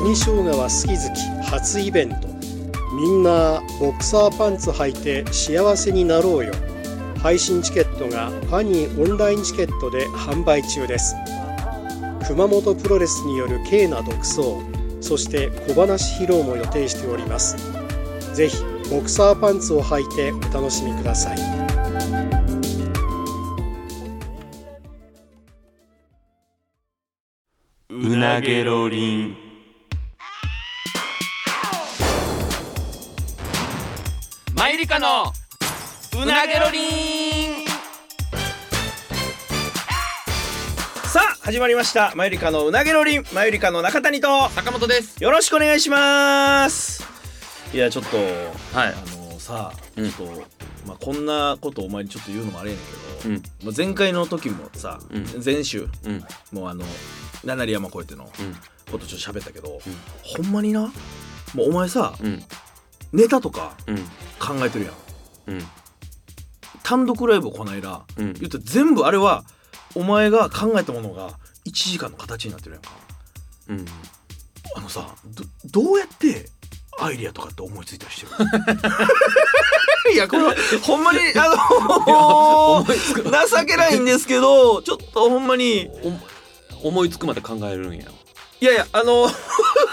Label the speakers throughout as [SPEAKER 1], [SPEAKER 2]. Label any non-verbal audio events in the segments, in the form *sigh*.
[SPEAKER 1] 紅生姜は好き好き初イベントみんなボクサーパンツ履いて幸せになろうよ配信チケットがファニーオンラインチケットで販売中です熊本プロレスによる軽な独走そして小話披露も予定しておりますぜひボクサーパンツを履いてお楽しみください
[SPEAKER 2] うなげろりん
[SPEAKER 3] マイリカのうなげろりん
[SPEAKER 4] さあ始まりましたマユリカのうなげろりんマユリカの中谷と
[SPEAKER 3] 坂本です
[SPEAKER 4] よろしくお願いしますいやちょっと
[SPEAKER 3] は
[SPEAKER 4] あのさあ
[SPEAKER 3] うん
[SPEAKER 4] ちょっと、まあ、こんなことお前にちょっと言うのもあれやねんけど、
[SPEAKER 3] うん
[SPEAKER 4] まあ前回の時もさ、
[SPEAKER 3] うん
[SPEAKER 4] 前週
[SPEAKER 3] うん
[SPEAKER 4] もうあの七里山越えての
[SPEAKER 3] うん
[SPEAKER 4] ことちょっと喋ったけど、ほんまになもうお前さ
[SPEAKER 3] うん
[SPEAKER 4] ネタとか
[SPEAKER 3] うん
[SPEAKER 4] 考えてるや
[SPEAKER 3] う
[SPEAKER 4] ん
[SPEAKER 3] ん
[SPEAKER 4] 単独ライブをこの間、
[SPEAKER 3] うん
[SPEAKER 4] 言ったら全部あれはお前が考えたものが1時間の形になってるやんか
[SPEAKER 3] うん
[SPEAKER 4] あのさどどうやってアイディアとかって思いついたりしてる *laughs* いやこれほんまにあの情けないんですけどちょっとほんまに
[SPEAKER 3] お思いつくまで考えるんや
[SPEAKER 4] いやいやあの *laughs*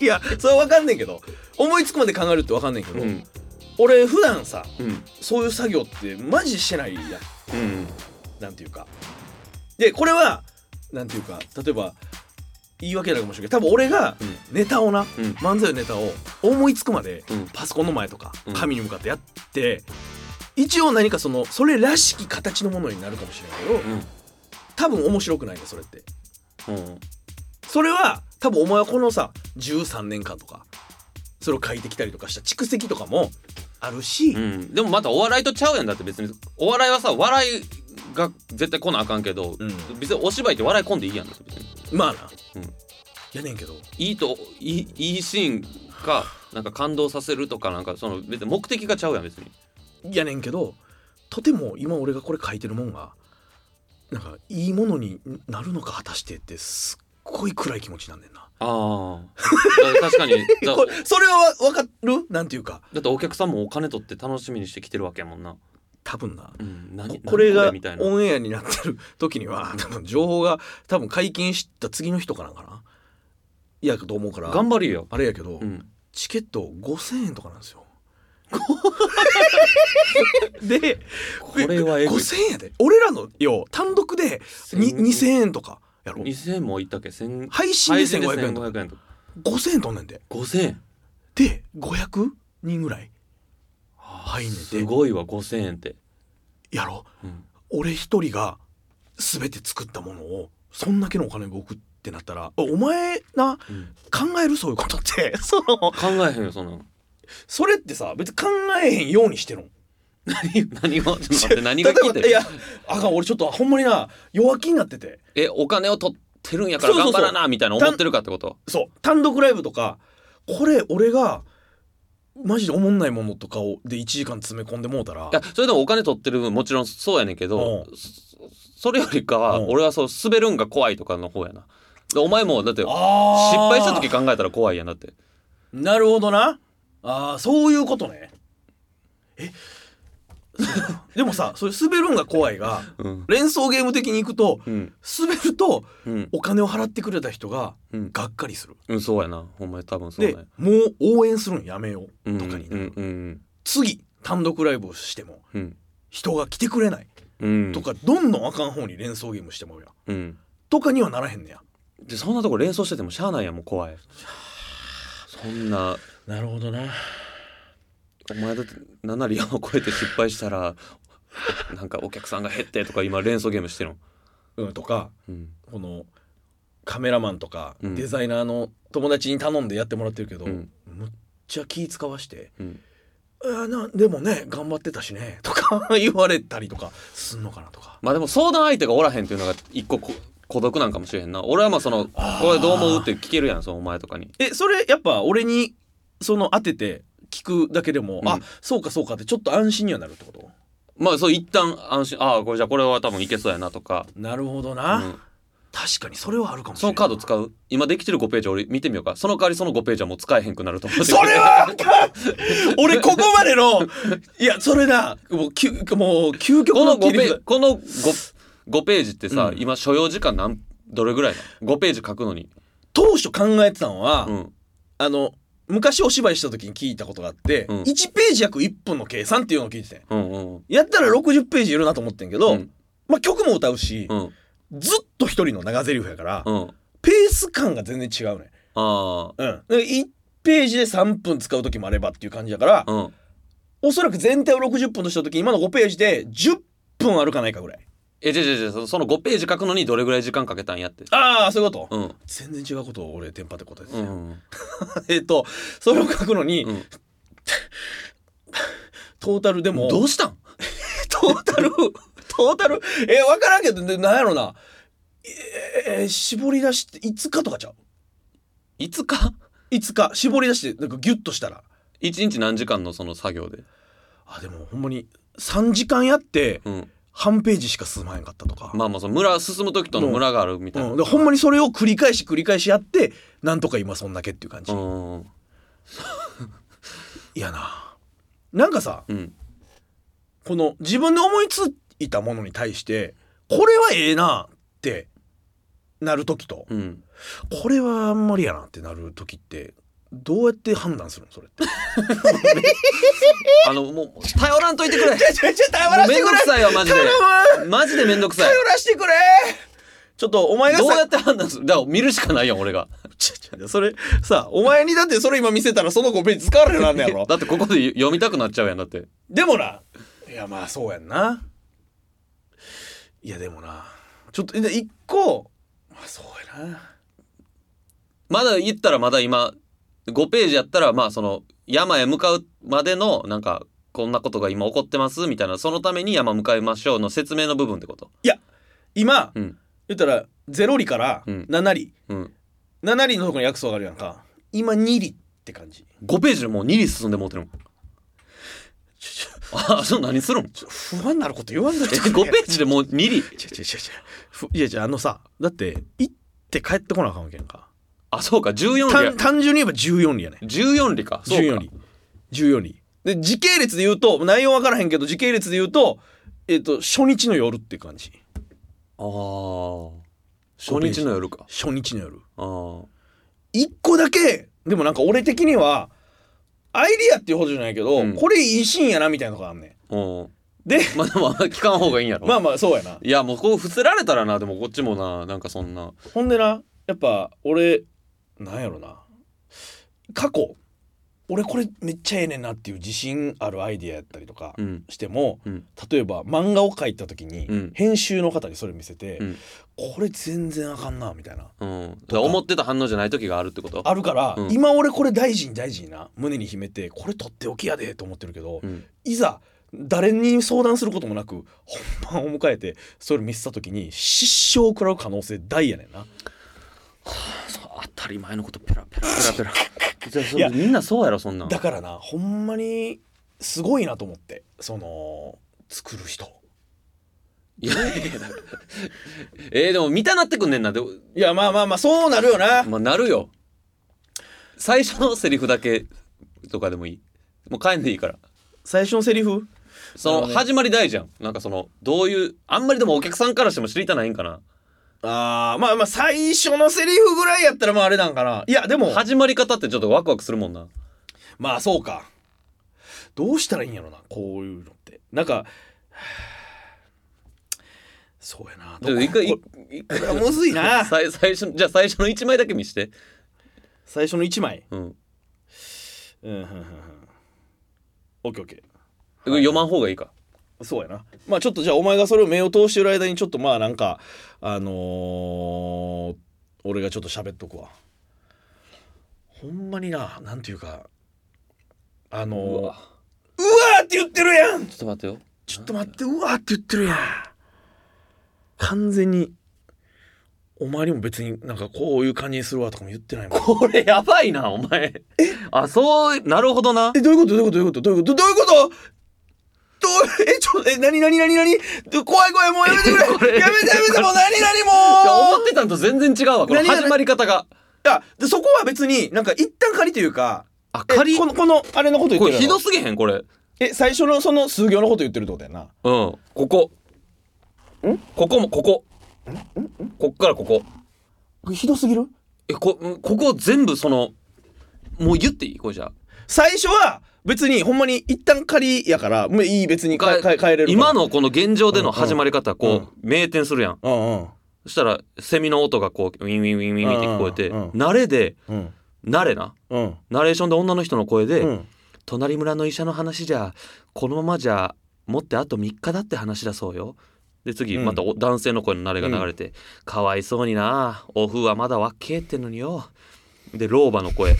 [SPEAKER 4] いやそれは分かんねんけど思いつくまで考えるって分かんねんけど、
[SPEAKER 3] うん
[SPEAKER 4] 俺普段さ
[SPEAKER 3] うん
[SPEAKER 4] そういう作業ってマジしてないやん
[SPEAKER 3] うん
[SPEAKER 4] なんていうかでこれはなんていうか例えば言い訳になるかもしれないけど多分俺が
[SPEAKER 3] うん
[SPEAKER 4] ネタをな、
[SPEAKER 3] うん
[SPEAKER 4] 漫才のネタを思いつくまで
[SPEAKER 3] うん
[SPEAKER 4] パソコンの前とか
[SPEAKER 3] うん
[SPEAKER 4] 紙に向かってやって、一応何かそのそれらしき形のものになるかもしれないけど多分面白くないねそれって
[SPEAKER 3] うんうん
[SPEAKER 4] それは多分お前はこのさ13年間とかそれを書いてきたりとかした蓄積とかもあるし、
[SPEAKER 3] うんでもまたお笑いとちゃうやんだって別にお笑いはさ笑いが絶対来なあかんけど、
[SPEAKER 4] うん
[SPEAKER 3] 別にお芝居って笑い込んでいいやんだって別に
[SPEAKER 4] まあな、
[SPEAKER 3] うん
[SPEAKER 4] やねんけど
[SPEAKER 3] いいといいいいシーンかなんか感動させるとかなんかその別に目的がちゃうやん別に
[SPEAKER 4] やねんけどとても今俺がこれ書いてるもんがなんかいいものになるのか果たしてってすっごい暗い気持ちなんねんな。
[SPEAKER 3] ああ確かにだ
[SPEAKER 4] これそれはわわかるなんていうか
[SPEAKER 3] だってお客さんもお金取って楽しみにしてきてるわけやもんな。
[SPEAKER 4] 多分な
[SPEAKER 3] うん、何
[SPEAKER 4] これ
[SPEAKER 3] 何
[SPEAKER 4] が
[SPEAKER 3] みたいな。
[SPEAKER 4] オンエアになってる時には多分情報が多分解禁した次の日とかなんかないやと思うから
[SPEAKER 3] 頑張るよ。
[SPEAKER 4] あれやけど、
[SPEAKER 3] うん。
[SPEAKER 4] チケット5,000円とかなんで
[SPEAKER 3] *laughs*
[SPEAKER 4] すよ。で
[SPEAKER 3] これはえぐい。
[SPEAKER 4] 5,000円やで俺らのよ単独でに2,000円とかやろ
[SPEAKER 3] 2000もいったっけ千
[SPEAKER 4] 配信で1500円とか
[SPEAKER 3] 1500円とか。
[SPEAKER 4] 5000円取んねんで
[SPEAKER 3] 5000円。
[SPEAKER 4] で500人ぐらい入んねん
[SPEAKER 3] す
[SPEAKER 4] で
[SPEAKER 3] ごいわ、5000円って。
[SPEAKER 4] やろ
[SPEAKER 3] うん。
[SPEAKER 4] 俺一人が全て作ったものをそんだけのお金が置くってなったらおお前な
[SPEAKER 3] うん
[SPEAKER 4] 考えるそういうことって *laughs* その
[SPEAKER 3] 考えへんよ、そ
[SPEAKER 4] *laughs*
[SPEAKER 3] んなの。
[SPEAKER 4] それってさ別に考えへんようにしてるの
[SPEAKER 3] 何何が、ちょっと待って、何が
[SPEAKER 4] 例え
[SPEAKER 3] 聞い
[SPEAKER 4] ば
[SPEAKER 3] て
[SPEAKER 4] い
[SPEAKER 3] る
[SPEAKER 4] やあかん俺ちょっとほんまにな弱気になってて
[SPEAKER 3] え、お金を取ってるんやから
[SPEAKER 4] そうそ
[SPEAKER 3] 頑
[SPEAKER 4] うそ
[SPEAKER 3] 張
[SPEAKER 4] う
[SPEAKER 3] らな、みたいな思ってるかってこと
[SPEAKER 4] そう単独ライブとかこれ俺がマジでおもんないものとかをで1時間詰め込んでもうたら
[SPEAKER 3] いや、それでもお金取ってる分、もちろんそうやねんけど
[SPEAKER 4] う、
[SPEAKER 3] そそれよりかは、
[SPEAKER 4] うん
[SPEAKER 3] 俺はそう、滑るんが怖いとかの方やな。でお前も、だって、失
[SPEAKER 4] あー
[SPEAKER 3] 敗した時考えたら怖いやんだって。
[SPEAKER 4] なるほどな。ああ、そういうことね。え *laughs* でもさ、それ滑るんが怖いが、
[SPEAKER 3] うん。
[SPEAKER 4] 連想ゲーム的に行くと、
[SPEAKER 3] うん。
[SPEAKER 4] 滑ると
[SPEAKER 3] うん。
[SPEAKER 4] お金を払ってくれた人が
[SPEAKER 3] うん。
[SPEAKER 4] がっかりする。
[SPEAKER 3] うん、そうやな。ほんまに多分そう
[SPEAKER 4] で
[SPEAKER 3] だよ。、
[SPEAKER 4] もう応援するんやめよ
[SPEAKER 3] う
[SPEAKER 4] うんとかになる。
[SPEAKER 3] うんうん
[SPEAKER 4] 次、単独ライブをしても
[SPEAKER 3] うん。
[SPEAKER 4] 人が来てくれない
[SPEAKER 3] うん。
[SPEAKER 4] と。か、どんどんあかん方に連想ゲームしてもらうやん。
[SPEAKER 3] うん。
[SPEAKER 4] とかにはならへんねや。
[SPEAKER 3] で、そんなとこ連想しててもしゃあないやんもう怖い。そんな、
[SPEAKER 4] なるほどな。
[SPEAKER 3] お前だって7リアを超えて失敗したら、なんかお客さんが減ってとか今連想ゲームしてるの。
[SPEAKER 4] うん、とか、
[SPEAKER 3] うん。
[SPEAKER 4] このカメラマンとか
[SPEAKER 3] うん
[SPEAKER 4] デザイナーの友達に頼んでやってもらってるけど、
[SPEAKER 3] うん
[SPEAKER 4] むっちゃ気使わして
[SPEAKER 3] うん。
[SPEAKER 4] 「えーなでもね頑張ってたしね」とか *laughs* 言われたりとかすんのかなとか。
[SPEAKER 3] まあでも相談相手がおらへんっていうのが一個こ孤独なんかもしれへんな。俺はまあその、これどう思うって聞けるやん、そのお前とかに。
[SPEAKER 4] えそれやっぱ俺にその当てて聞くだけでも、
[SPEAKER 3] うん
[SPEAKER 4] あそうかそうかってちょっと安心にはなるってこと
[SPEAKER 3] まあそう一旦安心、ああ、これじゃあこれは多分いけそうやなとか。
[SPEAKER 4] なるほどな、
[SPEAKER 3] うん
[SPEAKER 5] 確かにそれはあるかもし
[SPEAKER 3] そ
[SPEAKER 5] れな
[SPEAKER 3] の
[SPEAKER 5] い
[SPEAKER 3] カード使う今できてる5ページ俺見てみようかその代わりその5ページはもう使えへんくなると思う
[SPEAKER 5] それはあ
[SPEAKER 4] *laughs*
[SPEAKER 5] かん俺ここまで *laughs* のいやそれだもうきゅもう究極
[SPEAKER 3] この
[SPEAKER 5] の
[SPEAKER 3] 5
[SPEAKER 5] 切
[SPEAKER 3] ペ
[SPEAKER 5] り
[SPEAKER 3] ー
[SPEAKER 5] 札
[SPEAKER 3] ジこの 5, 5ページってさ、
[SPEAKER 5] うん
[SPEAKER 3] 今所要時間何どれぐらいなの5ページ書くのに、
[SPEAKER 4] 当初考えてたのは、
[SPEAKER 3] うん、
[SPEAKER 4] あの昔お芝居した時に聞いたことがあって、
[SPEAKER 3] うん
[SPEAKER 4] 1ページ約1分の計算っていうのを聞いてて
[SPEAKER 3] うんうんうん
[SPEAKER 4] やったら60ページいるなと思ってんけど、
[SPEAKER 3] うん
[SPEAKER 4] まあ、曲も歌うし、
[SPEAKER 3] うん
[SPEAKER 4] ずっと一人の長台詞やから、
[SPEAKER 3] うん
[SPEAKER 4] ペース感が全然違うね
[SPEAKER 3] あ
[SPEAKER 4] うんで1ページで3分使う時もあればっていう感じだから
[SPEAKER 3] あ、うん
[SPEAKER 4] おそらく全体を60分とした時今の5ページで10分あるかないかぐらい
[SPEAKER 3] えじゃじゃじゃそのその5ページ書くのにどれぐらい時間かけたんやって
[SPEAKER 4] ああそういうこと、
[SPEAKER 3] うん
[SPEAKER 4] 全然違うことを俺テンパって答えて
[SPEAKER 3] う
[SPEAKER 4] たよ、
[SPEAKER 3] ん
[SPEAKER 4] *laughs* えっとそれを書くのに、
[SPEAKER 3] うん
[SPEAKER 4] トータルでも
[SPEAKER 3] どうしたん
[SPEAKER 4] *laughs* トータル、トータル、えー、わからんけど、でなんやろな。えー、絞り出して、5日とかちゃう
[SPEAKER 3] いつか *laughs*
[SPEAKER 4] ?5 日、絞り出して、なんかギュッとしたら。
[SPEAKER 3] 一日何時間のその作業で
[SPEAKER 4] あ、でもほんまに、3時間やって、
[SPEAKER 3] うん
[SPEAKER 4] 半ページしか進まへんかったとか。
[SPEAKER 3] まあまあその村進む時との村があるみたいな、
[SPEAKER 4] うん、でほんまにそれを繰り返し繰り返しやって、なんとか今そんだけっていう感じ。
[SPEAKER 3] うん
[SPEAKER 4] いやな。なんかさ、
[SPEAKER 3] うん
[SPEAKER 4] この自分で思いついたものに対して、これはええなってなるときと、
[SPEAKER 3] うん
[SPEAKER 4] これはあんまりやなってなる時ってどうやって判断するのそれって *laughs*
[SPEAKER 3] あのもう頼らんといてくれ
[SPEAKER 4] ちょちょ頼
[SPEAKER 3] もうめんどくさいよマジでマジでめんどくさい
[SPEAKER 4] らしてくれちょっとお前がさ
[SPEAKER 3] どうやって判断するだから見るしかないやん俺が
[SPEAKER 4] ちょちょそれさお前にだってそれ今見せたらその子ページ使われるようになんねやろ
[SPEAKER 3] だってここで読みたくなっちゃうやんだって
[SPEAKER 4] でもないやまあそうやんないやでもなちょっとで一個まあそうやな
[SPEAKER 3] まだ言ったらまだ今5ページやったらまあその山へ向かうまでのなんかこんなことが今起こってますみたいなそのために山向かいましょうの説明の部分ってこと
[SPEAKER 4] 今、
[SPEAKER 3] うん
[SPEAKER 4] 言ったら0里から
[SPEAKER 3] うん
[SPEAKER 4] 7里、
[SPEAKER 3] うん
[SPEAKER 4] 7里のとこに薬草があるやんか今2里って感じ
[SPEAKER 3] 5ページでもう2に進んでもうてる *laughs* もん
[SPEAKER 4] ちょちょ
[SPEAKER 3] あその何するん
[SPEAKER 4] ちょ不安になること言わんだっ
[SPEAKER 3] え
[SPEAKER 4] て
[SPEAKER 3] 5ページでもう2に
[SPEAKER 4] ちょちょちょちょふいやじゃあのさだって行って帰ってこなあかんわけやんか
[SPEAKER 3] あそうか14里や
[SPEAKER 4] 単単純に言えば14里やね
[SPEAKER 3] 14里かそう
[SPEAKER 4] 14
[SPEAKER 3] か
[SPEAKER 4] 里14里で時系列で言うと内容わからへんけど時系列で言うとえっ、と初日の夜って感じ
[SPEAKER 3] あー初日の夜か
[SPEAKER 4] 初日の夜
[SPEAKER 3] あー
[SPEAKER 4] 一個だけでもなんか俺的にはアイディアっていうほどじゃないけど、
[SPEAKER 3] うん
[SPEAKER 4] これいいシーンやなみたいなのがあんね
[SPEAKER 3] うん
[SPEAKER 4] んで
[SPEAKER 3] まあでもあんま聞かん方がいいんやろ
[SPEAKER 4] まあまあそうやない
[SPEAKER 3] やもうこう伏せられたらなでもこっちもななんかそんな
[SPEAKER 4] ほんでなやっぱ俺なんやろな過去俺これめっちゃええねんなっていう自信あるアイディアやったりとか
[SPEAKER 3] うん
[SPEAKER 4] しても、
[SPEAKER 3] うん
[SPEAKER 4] 例えば漫画を描いた時に、
[SPEAKER 3] うん
[SPEAKER 4] 編集の方にそれ見せて、
[SPEAKER 3] うん
[SPEAKER 4] これ全然あかんなみたいな
[SPEAKER 3] うんだから思ってた反応じゃない時があるってこと
[SPEAKER 4] あるから、
[SPEAKER 3] うん
[SPEAKER 4] 今俺これ大事に大事にな胸に秘めてこれとっておきやでと思ってるけど、
[SPEAKER 3] うん
[SPEAKER 4] いざ誰に相談することもなく本番を迎えてそれ見せた時に失笑を食らう可能性大やねんな。
[SPEAKER 3] 当たり前のことペラペラペラペ *laughs* ラ
[SPEAKER 4] いや
[SPEAKER 3] みんなそうやろそんなん
[SPEAKER 4] だからなほんまにすごいなと思ってその作る人
[SPEAKER 3] いやいやいやだからえー、でも見たなってくんねんなでも
[SPEAKER 4] いやまあまあまあそうなるよな
[SPEAKER 3] *laughs* まあなるよ最初のセリフだけとかでもいいもう帰んでいいから
[SPEAKER 4] 最初のセリフ
[SPEAKER 3] そ
[SPEAKER 4] な
[SPEAKER 3] の
[SPEAKER 4] るほどね
[SPEAKER 3] 始まり大じゃんなんかそのどういうあんまりでもお客さんからしても知りたないんかな
[SPEAKER 4] あーまあまあ最初のセリフぐらいやったらまああれなんかないやでも
[SPEAKER 3] 始まり方ってちょっとワクワクするもんな
[SPEAKER 4] まあそうかどうしたらいいんやろなこういうのってなんか *sighs* はぁそうやな
[SPEAKER 3] ちょっと一回
[SPEAKER 4] こ
[SPEAKER 3] 一
[SPEAKER 4] こ
[SPEAKER 3] 回
[SPEAKER 4] れはむず
[SPEAKER 3] *laughs*
[SPEAKER 4] いな
[SPEAKER 3] さい最初じゃあ最初の1枚だけ見して
[SPEAKER 4] 最初の1枚
[SPEAKER 3] うん
[SPEAKER 4] うんうんうんうんオッケーオッケー
[SPEAKER 3] 読まん方がいいか
[SPEAKER 4] そうやなまあちょっとじゃあお前がそれを目を通してる間にちょっとまあなんかあのー俺がちょっと喋っとくわほんまにななんていうかあのーう
[SPEAKER 3] う
[SPEAKER 4] わ
[SPEAKER 3] わ
[SPEAKER 4] ーって言ってるやん
[SPEAKER 3] ちょっと待ってよ
[SPEAKER 4] ちょっと待ってうわーって言ってるやん完全にお前にも別になんかこういう感じにするわとかも言ってないもん
[SPEAKER 3] これやばいなお前あそうなるほどな
[SPEAKER 4] えどういうことどういうことどういうことどういうことどういうことどうえちょえ何何何何ど怖い怖いもうやめて *laughs* くれ
[SPEAKER 3] これ
[SPEAKER 4] やめてやめてもう何何
[SPEAKER 3] いや
[SPEAKER 4] もう
[SPEAKER 3] 思ってたんと全然違うわこの
[SPEAKER 4] 何が
[SPEAKER 3] 始まり方が
[SPEAKER 4] いやでそこは別になんか一旦仮というか
[SPEAKER 3] あ
[SPEAKER 4] え
[SPEAKER 3] 仮
[SPEAKER 4] こ
[SPEAKER 3] こ
[SPEAKER 4] のこのあれのこと言って
[SPEAKER 3] れ
[SPEAKER 4] るやろ
[SPEAKER 3] ひどすぎへんこれうん
[SPEAKER 4] え最初のその数行のこと言ってるってことやな
[SPEAKER 3] ここんここもこここっからここ
[SPEAKER 4] ひどすぎる
[SPEAKER 3] えこんここ全部そのもう言っていいこれじゃあ
[SPEAKER 4] 最初は別にほんまに一旦仮やからもういい別にかか帰れる
[SPEAKER 3] 今
[SPEAKER 4] の
[SPEAKER 3] のこの現状での始まり方
[SPEAKER 4] うんう
[SPEAKER 3] こう明転するやん
[SPEAKER 4] うんうん
[SPEAKER 3] そしたらセミの音がこうウィンウィンウィンウィンって聞こえて
[SPEAKER 4] うんうん
[SPEAKER 3] 慣れで
[SPEAKER 4] うん
[SPEAKER 3] 慣れな
[SPEAKER 4] うん
[SPEAKER 3] ナレーションで女の人の声で、
[SPEAKER 4] うん
[SPEAKER 3] 隣村の医者の話じゃこのままじゃ持ってあと3日だって話だそうよで次
[SPEAKER 4] うん
[SPEAKER 3] またお男性の声の慣れが流れて、かわいそうになお風はまだわっけえってのによで老婆の声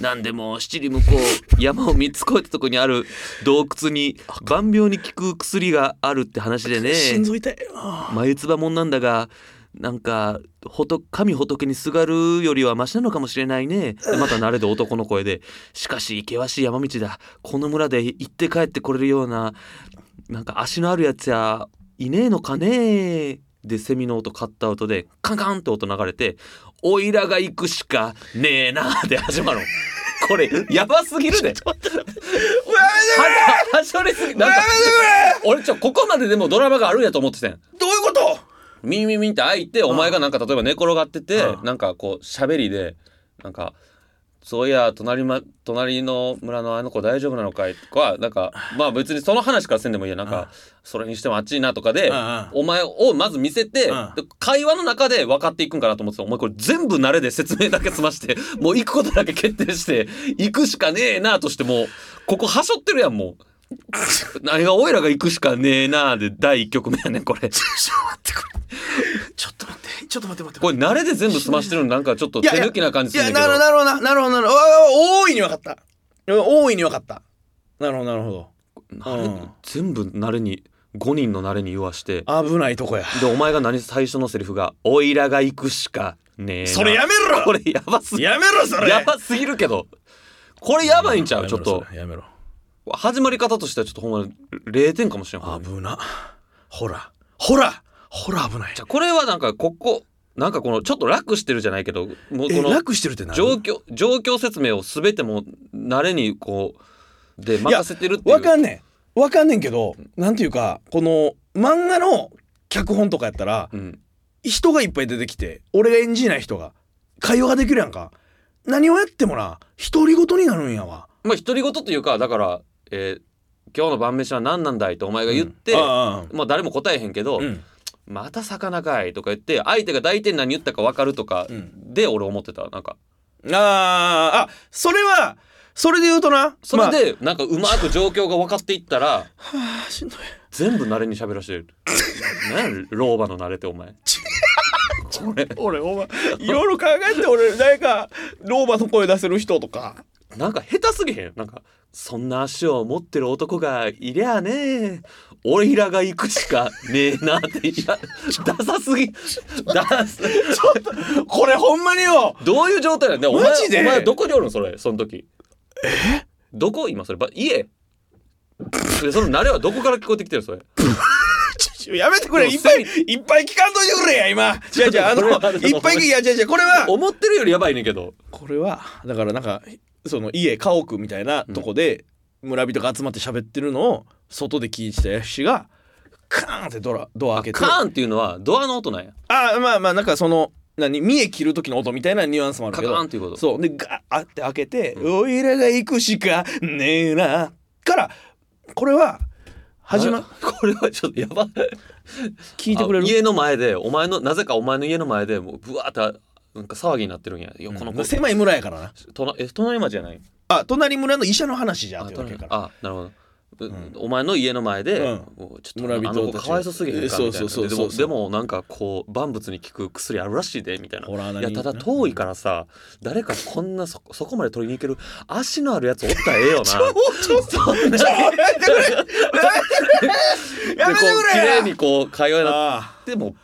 [SPEAKER 3] なんでも七里向こう山を三つ越えたとこにある洞窟に万病に効く薬があるって話でね
[SPEAKER 4] 心臓痛いあ
[SPEAKER 3] 眉唾もんなんだがなんか仏神仏にすがるよりはマシなのかもしれないねでまた慣れで男の声で「しかし険しい山道だこの村で行って帰ってこれるようななんか足のあるやつやいねえのかねえ」でセミの音カットアウトでカンカンって音流れて「おいらが行くしかねえな」で始まるのこれやばすぎるで
[SPEAKER 4] ーもうやめて
[SPEAKER 3] ははしょりすぎなんか *laughs* 俺ちょここまででもドラマがあるんやと思ってたん
[SPEAKER 4] くれどういうこと
[SPEAKER 3] ミンミンミンって開いてお前がなんか例えば寝転がってて
[SPEAKER 4] うん
[SPEAKER 3] なんかこう喋りでなんか「そういや隣,、ま、隣の村のあの子大丈夫なのかい?」とかなんかまあ別にその話からせんでもいいやなんかそれにしてもあっちいなとかで
[SPEAKER 4] うんうん
[SPEAKER 3] お前をまず見せて
[SPEAKER 4] うん
[SPEAKER 3] で会話の中で分かっていくんかなと思ってたお前これ全部慣れで説明だけ済まして *laughs* もう行くことだけ決定して行くしかねえなとしてもうここはしょってるやんもう。 *laughs* 何がおいらが行くしかねえなで第1曲目やねんこれ。
[SPEAKER 4] ちょっと待ってこれちょっと待ってちょっと待って待って
[SPEAKER 3] これ慣れで全部済ましてるのなんかちょっと手抜きな感じするん
[SPEAKER 4] い
[SPEAKER 3] だ
[SPEAKER 4] や
[SPEAKER 3] けど
[SPEAKER 4] なるほどななるほどなるほどおー大いに分かった大いに分かったなるほどなるほ
[SPEAKER 3] 慣れ
[SPEAKER 4] うん
[SPEAKER 3] 全部慣れに5人の慣れに言わして
[SPEAKER 4] ど危ないとこや
[SPEAKER 3] でお前が何最初のセリフが「おいらが行くしかねえな」
[SPEAKER 4] それやめろ
[SPEAKER 3] これやばすぎ
[SPEAKER 4] やめろそれ
[SPEAKER 3] やばすぎるけどこれやばいんちゃうちょっと
[SPEAKER 4] やめろ
[SPEAKER 3] 始まり方としてはちょっとほんまに0点かもしれんほんまに
[SPEAKER 4] 危なほらほらほら危ない
[SPEAKER 3] じゃあこれはなんかここなんかこのちょっと楽してるじゃないけどもうこ
[SPEAKER 4] え
[SPEAKER 3] の
[SPEAKER 4] 楽してるってな
[SPEAKER 3] 状況状況説明を全てもう慣れにこうで任せてるっていう
[SPEAKER 4] わかんねんわかんねんけどなんていうかこの漫画の脚本とかやったら
[SPEAKER 3] うん
[SPEAKER 4] 人がいっぱい出てきて俺が演じない人が会話ができるやんか何をやってもな独り言になるんやわ
[SPEAKER 3] まあ独り言というかだから、えー今日の晩飯は何なんだい?」とお前が言って、
[SPEAKER 4] うんあ
[SPEAKER 3] まあ誰も答えへんけど「
[SPEAKER 4] あうん
[SPEAKER 3] また魚かい」とか言って相手が大体何言ったか分かるとか
[SPEAKER 4] うん
[SPEAKER 3] で俺思ってたなんか
[SPEAKER 4] あーあそれはそれで言うとな
[SPEAKER 3] それ、でなんかうまく状況が分かっていったら *laughs*
[SPEAKER 4] まあはあしんどい
[SPEAKER 3] 全部慣れに喋らしてる *laughs* なんや老婆の慣れてお前
[SPEAKER 4] 俺お前いろいろ考えて俺誰か老婆の声出せる人
[SPEAKER 3] *laughs*
[SPEAKER 4] とか
[SPEAKER 3] なんか下手すぎへんなんかそんな足を持ってる男がいりゃあねえ俺らが行くしかねえなっていやダサすぎダサ
[SPEAKER 4] これほんまによ
[SPEAKER 3] どういう状態なんだよお前
[SPEAKER 4] マジで
[SPEAKER 3] お前どこにおるのそれその時えどこ今それば家でその慣れはどこから聞こえてきてるそれ
[SPEAKER 4] ちょやめてくれ
[SPEAKER 3] もう
[SPEAKER 4] いっぱいいっぱい聞かんといてくれや今じゃじゃあの
[SPEAKER 3] これはあの
[SPEAKER 4] いっぱい聞いやじゃじゃこれは
[SPEAKER 3] 思ってるよりやばいねんけど
[SPEAKER 4] これはだからなんかその家家屋みたいなとこで村人が集まって喋ってるのを外で聞いてたやしがカーンってドラドア開けて
[SPEAKER 3] カーンっていうのはドアの音なんや
[SPEAKER 4] あまあまあなんかその何見え切る時の音みたいなニュアンスもある
[SPEAKER 3] カ
[SPEAKER 4] け
[SPEAKER 3] カ
[SPEAKER 4] ど
[SPEAKER 3] ーンっていうこと
[SPEAKER 4] そうでガーって開けて「おいらが行くしかねえな」からこれは始ま
[SPEAKER 3] あこれはちょっとやばい
[SPEAKER 4] 聞いてくれる
[SPEAKER 3] あ家の前でお前のなぜかお前の家の前でもうぶわーってなんか騒ぎになってるんや横の子、
[SPEAKER 4] 狭い村やからな
[SPEAKER 3] 隣え隣町じゃない
[SPEAKER 4] あ隣村の医者の話じゃん
[SPEAKER 3] あ
[SPEAKER 4] っていうわけ
[SPEAKER 3] 隣
[SPEAKER 4] やから
[SPEAKER 3] あなるほど、うお前の家の前で、
[SPEAKER 4] うん
[SPEAKER 3] もうちょっ
[SPEAKER 4] 村
[SPEAKER 3] と
[SPEAKER 4] 人
[SPEAKER 3] あの子
[SPEAKER 4] たち
[SPEAKER 3] かわいそうすぎへんかみたいな
[SPEAKER 4] えそうそうそう
[SPEAKER 3] で
[SPEAKER 4] そう
[SPEAKER 3] もでもなんかこう万物に効く薬あるらしいでみたいな
[SPEAKER 4] ほら
[SPEAKER 3] い
[SPEAKER 4] 何
[SPEAKER 3] やただ遠いからさ誰かこんなそそこまで *laughs* 取りに行ける足のあるやつおったらええよな
[SPEAKER 4] ちょっと
[SPEAKER 3] そんな
[SPEAKER 4] ちょやめてくれやめてくれ
[SPEAKER 3] でこう綺麗にこう会話になっ
[SPEAKER 4] あ
[SPEAKER 3] ても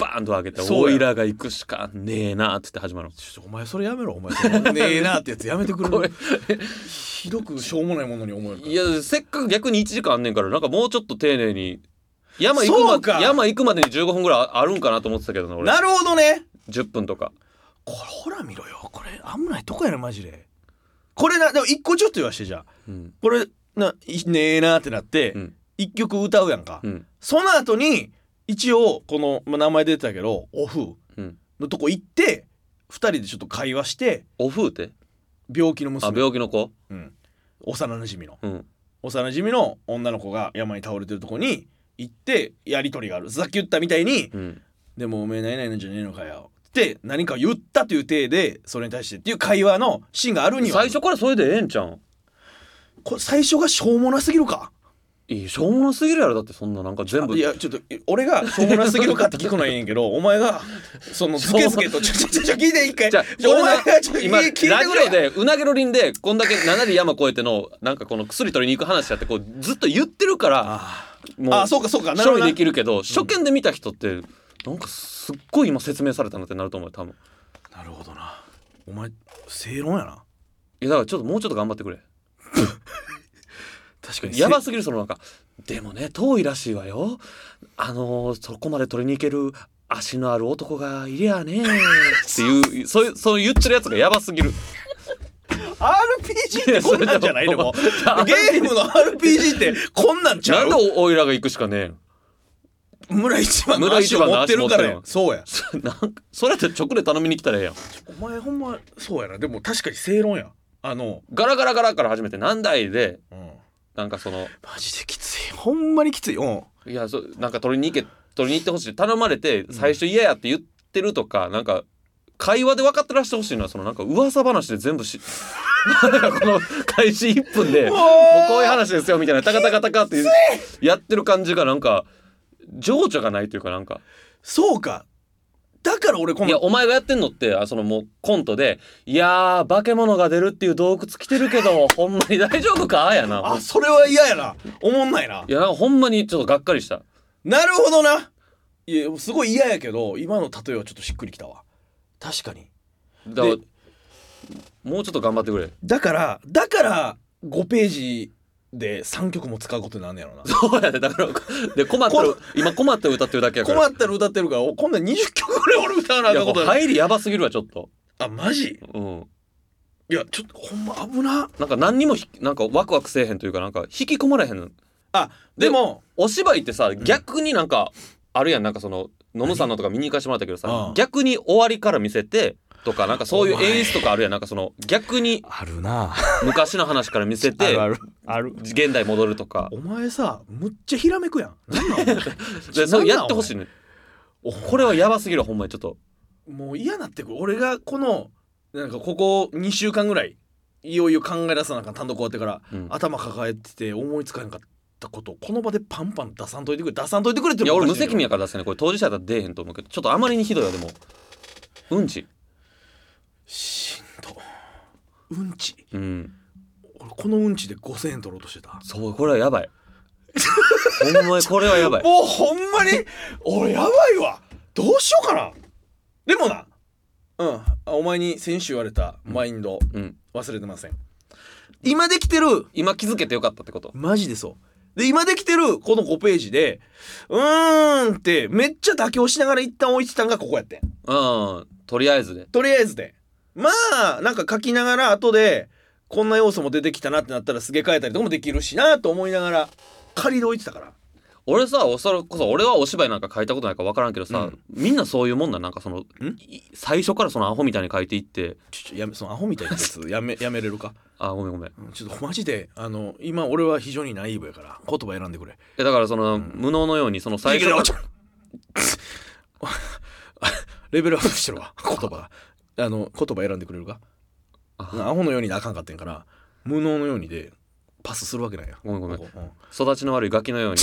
[SPEAKER 3] バーンと開けて「
[SPEAKER 4] そうや
[SPEAKER 3] おいらが行くしかねえな」って言って始まるの
[SPEAKER 4] ちょっとお前それやめろお前そのねえなってやつやめてく
[SPEAKER 3] こ *laughs*
[SPEAKER 4] れ
[SPEAKER 3] れ
[SPEAKER 4] ひどくしょうもないものに思えるから
[SPEAKER 3] いやせっかく逆に1時間あんねんからなんかもうちょっと丁寧に山行
[SPEAKER 4] そう
[SPEAKER 3] く
[SPEAKER 4] か
[SPEAKER 3] ま山行くまでに15分ぐらいあるんかなと思ってたけどな俺
[SPEAKER 4] なるほどね
[SPEAKER 3] 10分とか
[SPEAKER 4] これほら見ろよこれ危ないとこやねマジでこれなでも一個ちょっと言わしてじゃあ
[SPEAKER 3] うん
[SPEAKER 4] これないねえなってなって
[SPEAKER 3] うん
[SPEAKER 4] 一、曲歌うやんか、
[SPEAKER 3] うん
[SPEAKER 4] その後に一応この、まあ、名前出てたけどオフ
[SPEAKER 3] うん
[SPEAKER 4] のとこ行って二人でちょっと会話して
[SPEAKER 3] おふうて
[SPEAKER 4] 病気
[SPEAKER 3] あ
[SPEAKER 4] の娘、
[SPEAKER 3] 病気の子
[SPEAKER 4] うん、幼なじみの
[SPEAKER 3] うん
[SPEAKER 4] 幼なじみの女の子が山に倒れてるとこに行ってやり取りがあるさっき言ったみたいに
[SPEAKER 3] うん
[SPEAKER 4] 「でもおめえ何々なんじゃねえのかよ」って何か言ったという体でそれに対してっていう会話のシーンがあるには
[SPEAKER 3] 最初からそれでええんちゃうん
[SPEAKER 4] これ最初がしょうもなすぎるか
[SPEAKER 3] いいしょうもなすぎるやろだってそんななんか全部
[SPEAKER 4] いやちょっと俺がしょうもなすぎるかって聞くのはいいんや
[SPEAKER 3] *laughs*
[SPEAKER 4] けどお前がそのズケズケとちょちょちょちょ聞いて一回
[SPEAKER 3] じゃあ
[SPEAKER 4] お前がちょっと
[SPEAKER 3] 今
[SPEAKER 4] 聞
[SPEAKER 3] ラ
[SPEAKER 4] いて
[SPEAKER 3] ジ
[SPEAKER 4] くれ
[SPEAKER 3] オでうなげろりんでこんだけ7里山越えてのなんかこの薬取りに行く話やってこうずっと言ってるから
[SPEAKER 4] あ
[SPEAKER 3] もう
[SPEAKER 4] あそうかそうかな
[SPEAKER 3] 処
[SPEAKER 4] るほ
[SPEAKER 3] 理
[SPEAKER 4] どな
[SPEAKER 3] できるけど初見で見た人ってなんかすっごい今説明されたなってなると思うよ多分
[SPEAKER 4] なるほどなお前正論やない
[SPEAKER 3] やだからちょっともうちょっと頑張ってくれ
[SPEAKER 4] 確かに
[SPEAKER 3] やばすぎるそのなんかでもね遠いらしいわよあのーそこまで取りに行ける足のある男がいりゃあね *laughs* っていうそういうそう言ってるやつがやばすぎ *laughs* る
[SPEAKER 4] RPG ってこんなんじゃないでも *laughs* ゲームの RPG ってこんなんちゃ
[SPEAKER 3] な
[SPEAKER 4] うん
[SPEAKER 3] でおおいらが行くしかねえの
[SPEAKER 4] 村一番の足を持ってるからや
[SPEAKER 3] 村一番の足持ってるの
[SPEAKER 4] そうや
[SPEAKER 3] そ *laughs* なんかそれやったら直で頼みに来たらええやん
[SPEAKER 4] お前ほんまそうやなでも確かに正論やあの
[SPEAKER 3] ガラガラガラから始めて何台で
[SPEAKER 4] うん
[SPEAKER 3] なんかその
[SPEAKER 4] マジできついほんまにきついうん
[SPEAKER 3] いやそなんか取りに行け取りに行ってほしい頼まれて最初嫌やって言ってるとか、なんか会話で分かってらしてほしいのはそのなんか噂話で全部し *laughs* なんかこの開始1分 *laughs* でもうこういう話ですよみたいなタカタカタカってやってる感じがなんか情緒がないというかなんか
[SPEAKER 4] そうかだから俺こ
[SPEAKER 3] いや
[SPEAKER 4] の
[SPEAKER 3] お前がやってんのってあそのもうコントで「いやー化け物が出るっていう洞窟来てるけどほんまに大丈夫か?」やな
[SPEAKER 4] あそれは嫌やなおもんないない
[SPEAKER 3] やなんかほんまにちょっとがっかりした
[SPEAKER 4] なるほどないやすごい嫌やけど今の例えはちょっとしっくりきたわ確かに
[SPEAKER 3] だから
[SPEAKER 4] で
[SPEAKER 3] もうちょっと頑張ってくれ *laughs*
[SPEAKER 4] だからだから5ページで3曲も使うことになんねやろな
[SPEAKER 3] そうやでだからで困ったら
[SPEAKER 4] こ
[SPEAKER 3] 今困ったら歌ってるだけやから
[SPEAKER 4] 困ったら歌ってるからおこんなん20曲ぐらい俺歌わなあ
[SPEAKER 3] い
[SPEAKER 4] か
[SPEAKER 3] や
[SPEAKER 4] んこ
[SPEAKER 3] ことう
[SPEAKER 4] になる
[SPEAKER 3] 入りやばすぎるわちょっと
[SPEAKER 4] あマジ
[SPEAKER 3] うん
[SPEAKER 4] いやちょっとほんま危な
[SPEAKER 3] なんか何にもひなんかワクワクせえへんというかなんか引き込まれへんの
[SPEAKER 4] あでも
[SPEAKER 3] お芝居ってさ逆になんかあるやんなんかそのノムさんのとか見に行かしてもらったけど
[SPEAKER 4] あ
[SPEAKER 3] さ
[SPEAKER 4] あ
[SPEAKER 3] 逆に終わりから見せてとかなんかそうい
[SPEAKER 4] お
[SPEAKER 3] う
[SPEAKER 4] 前
[SPEAKER 3] 演出とかあるやんなんかその逆に
[SPEAKER 4] あるな
[SPEAKER 3] 昔の話から見せて
[SPEAKER 4] るある
[SPEAKER 3] 現代戻るとか
[SPEAKER 4] お前さむっちゃひらめくやんなんなんお前
[SPEAKER 3] で *laughs* それやってほしいねこれはやばすぎるほんまにちょっと
[SPEAKER 4] もう嫌なってくる俺がこのなんかここ2週間ぐらいいよいよ考え出さなあかん単独終わってから、
[SPEAKER 3] うん
[SPEAKER 4] 頭抱えてて思いつかへんかったことをこの場でパンパン出さんといてくれ出さんといてくれって
[SPEAKER 3] いや俺
[SPEAKER 4] お
[SPEAKER 3] 無
[SPEAKER 4] かしね
[SPEAKER 3] 責
[SPEAKER 4] んけど
[SPEAKER 3] 任やから出せないこれ当事者だったら出えへんと思うけどちょっとあまりにひどいわでもうんち
[SPEAKER 4] しんどうんち
[SPEAKER 3] うん
[SPEAKER 4] 俺このうんちで5,000円取ろうとしてた
[SPEAKER 3] そうこれはや *laughs* ばいほんまにこれはやばい
[SPEAKER 4] もうほんまに俺やばいわどうしようかなでもなうんあお前に先週言われたマインド、
[SPEAKER 3] うん
[SPEAKER 4] 忘れてません今できてる
[SPEAKER 3] 今気づけてよかったってこと
[SPEAKER 4] マジでそう。で、今できてるこの5ページで、うーんってめっちゃ妥協しながら一旦置いてたんがここやってん。
[SPEAKER 3] うんとりあえずで
[SPEAKER 4] とりあえずで。まあ、なんか書きながら後で、こんな要素も出てきたなってなったらすげ替えたりとかもできるしなと思いながら、仮で置いてたから。
[SPEAKER 3] 俺さおそれこそ俺はお芝居なんか書いたことないから分からんけどさ、
[SPEAKER 4] うん
[SPEAKER 3] みんなそういうもんなんなんかそのい最初からそのアホみたいに書いていって
[SPEAKER 4] ちょ、ちょ、やめ、そのアホみたいなやつ、やめ、やめれるか。
[SPEAKER 3] あごめんごめんい
[SPEAKER 4] うんちょっとマジで、あの、今俺は非常にナイーブやから、言葉選んでくれ。
[SPEAKER 3] やだからその、無能のようにその最初
[SPEAKER 4] いや
[SPEAKER 3] か
[SPEAKER 4] いや
[SPEAKER 3] ら
[SPEAKER 4] ちょ *laughs* レベルアップしてるわ言葉があの言葉選んでくれるかアホのようにあかんかってんから無能のようにでパスするわけないや
[SPEAKER 3] ごめんごめ *laughs* ん
[SPEAKER 4] ここうん
[SPEAKER 3] 育ちの悪いガキのよう
[SPEAKER 4] *laughs*
[SPEAKER 3] に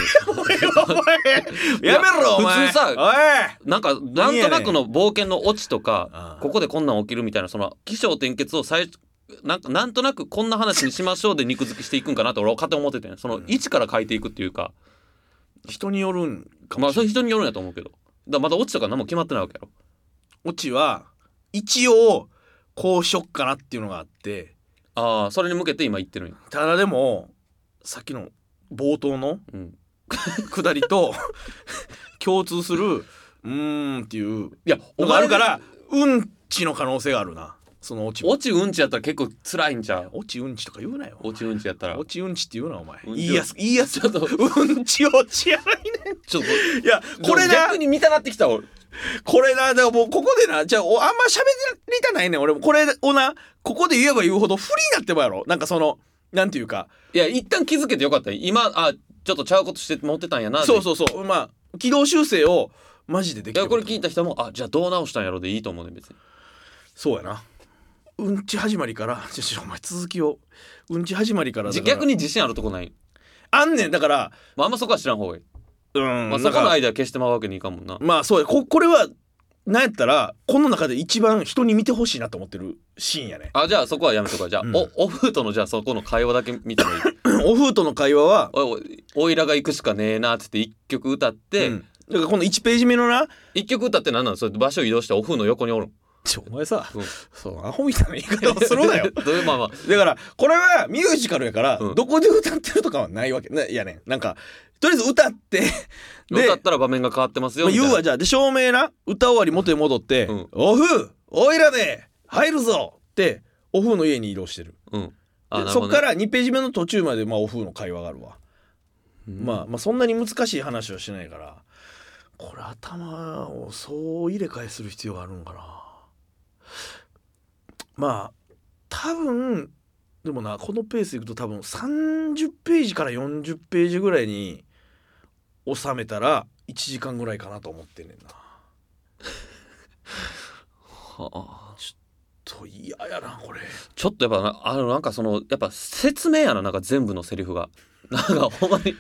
[SPEAKER 4] やめろお
[SPEAKER 3] 普
[SPEAKER 4] 前
[SPEAKER 3] 通さ
[SPEAKER 4] おい
[SPEAKER 3] なんかなんとなくの冒険のオチと
[SPEAKER 4] あ
[SPEAKER 3] か
[SPEAKER 4] あ
[SPEAKER 3] ここでこんなん起きるみたいなその起承転結を最初なんかなんとなくこんな話にしましょうで肉付きしていくんかなって俺は勝手に思っててんその位置から書いていくっていうか
[SPEAKER 4] 人によるんか
[SPEAKER 3] ま
[SPEAKER 4] も
[SPEAKER 3] あ
[SPEAKER 4] し
[SPEAKER 3] それ
[SPEAKER 4] れない
[SPEAKER 3] 人によるんやと思うけどだからまだオチとか何も決まってないわけやろ
[SPEAKER 4] オチは一応こうしよっかなっていうのがあって
[SPEAKER 3] ああそれに向けて今言ってるんや
[SPEAKER 4] ただでもさっきの冒頭の
[SPEAKER 3] うん
[SPEAKER 4] 下りと *laughs* 共通する「うーん」っていう
[SPEAKER 3] いや
[SPEAKER 4] のがあるから「うんち」の可能性があるなそのオチも
[SPEAKER 3] オチうんちやったら結構辛いんちゃう
[SPEAKER 4] オチうんちとか言うなよ
[SPEAKER 3] オチうんちやったら
[SPEAKER 4] オチうんちって言うなお前
[SPEAKER 3] うんちを
[SPEAKER 4] 言いやす言いやす
[SPEAKER 3] ちょっと
[SPEAKER 4] うんちオチやないね
[SPEAKER 3] ちょっと
[SPEAKER 4] いやこれな
[SPEAKER 3] 逆に見たなってきたわ
[SPEAKER 4] これなだからもうここでなじゃあおあんま喋りたないねん俺もこれをなここで言えば言うほど不利になってまうやろなんかそのなんていうか
[SPEAKER 3] いや一旦気づけてよかった今あちょっとちゃうことして持ってたんやな
[SPEAKER 4] そうそうそうまあ軌道修正をマジででき
[SPEAKER 3] い
[SPEAKER 4] た
[SPEAKER 3] やこれ聞いた人もあじゃあどう直したんやろでいいと思うねん別に
[SPEAKER 4] そうやなうんち始まりからちょちょお前続きをうんち始まりからだ
[SPEAKER 3] じ
[SPEAKER 4] から
[SPEAKER 3] 逆に自信あるとこない、
[SPEAKER 4] あんねんだから
[SPEAKER 3] まあ、あんまそこは知らん方がいい、
[SPEAKER 4] うん、
[SPEAKER 3] まあ、
[SPEAKER 4] な
[SPEAKER 3] そ
[SPEAKER 4] ん
[SPEAKER 3] この
[SPEAKER 4] か
[SPEAKER 3] 間は消してまうわけにいかんもんな
[SPEAKER 4] まあそうやここれはなんやったらこの中で一番人に見てほしいなと思ってるシーンやね
[SPEAKER 3] あじゃあそこはやめとこうじゃあ、
[SPEAKER 4] うん
[SPEAKER 3] おオフとのじゃあそこの会話だけ見て
[SPEAKER 4] *laughs*
[SPEAKER 3] もいい
[SPEAKER 4] *clears throat* おフーとの会話は
[SPEAKER 3] おおおいらが行くしかねえなっつって一曲歌って、
[SPEAKER 4] うんだからこの1ページ目のな
[SPEAKER 3] 一曲歌って何なのそれ場所移動してオフの横におるん
[SPEAKER 4] ちょお前さ、
[SPEAKER 3] うん
[SPEAKER 4] そうアホみたいな言い方をするな
[SPEAKER 3] *laughs*
[SPEAKER 4] よ
[SPEAKER 3] どういうまあまあ
[SPEAKER 4] *laughs* だからこれはミュージカルやから、
[SPEAKER 3] うん
[SPEAKER 4] どこで歌ってるとかはないわけねいやねなんかとりあえず歌 *laughs* ってで
[SPEAKER 3] 歌ったら場面が変わってますよ
[SPEAKER 4] まあ、
[SPEAKER 3] みたい
[SPEAKER 4] 言
[SPEAKER 3] な、
[SPEAKER 4] うわじゃあで照明な歌終わり元へ戻って「
[SPEAKER 3] うん
[SPEAKER 4] おふおいらで入るぞ!」っておふの家に移動してる
[SPEAKER 3] うんあ
[SPEAKER 4] で
[SPEAKER 3] なるほ
[SPEAKER 4] そっ
[SPEAKER 3] どね
[SPEAKER 4] から2ページ目の途中まで、まあ、おふの会話があるわ、
[SPEAKER 3] うん
[SPEAKER 4] まあ、まあそんなに難しい話はしないからこれ頭をそう入れ替えする必要があるのかなまあ多分でもなこのペースでいくと多分30ページから40ページぐらいに収めたら1時間ぐらいかなと思ってんねんな。
[SPEAKER 3] はあ
[SPEAKER 4] と嫌やなこれ
[SPEAKER 3] ちょっとやっぱなあのなんかそのやっぱ説明やななんか全部のセリフが *laughs* なんかほんまに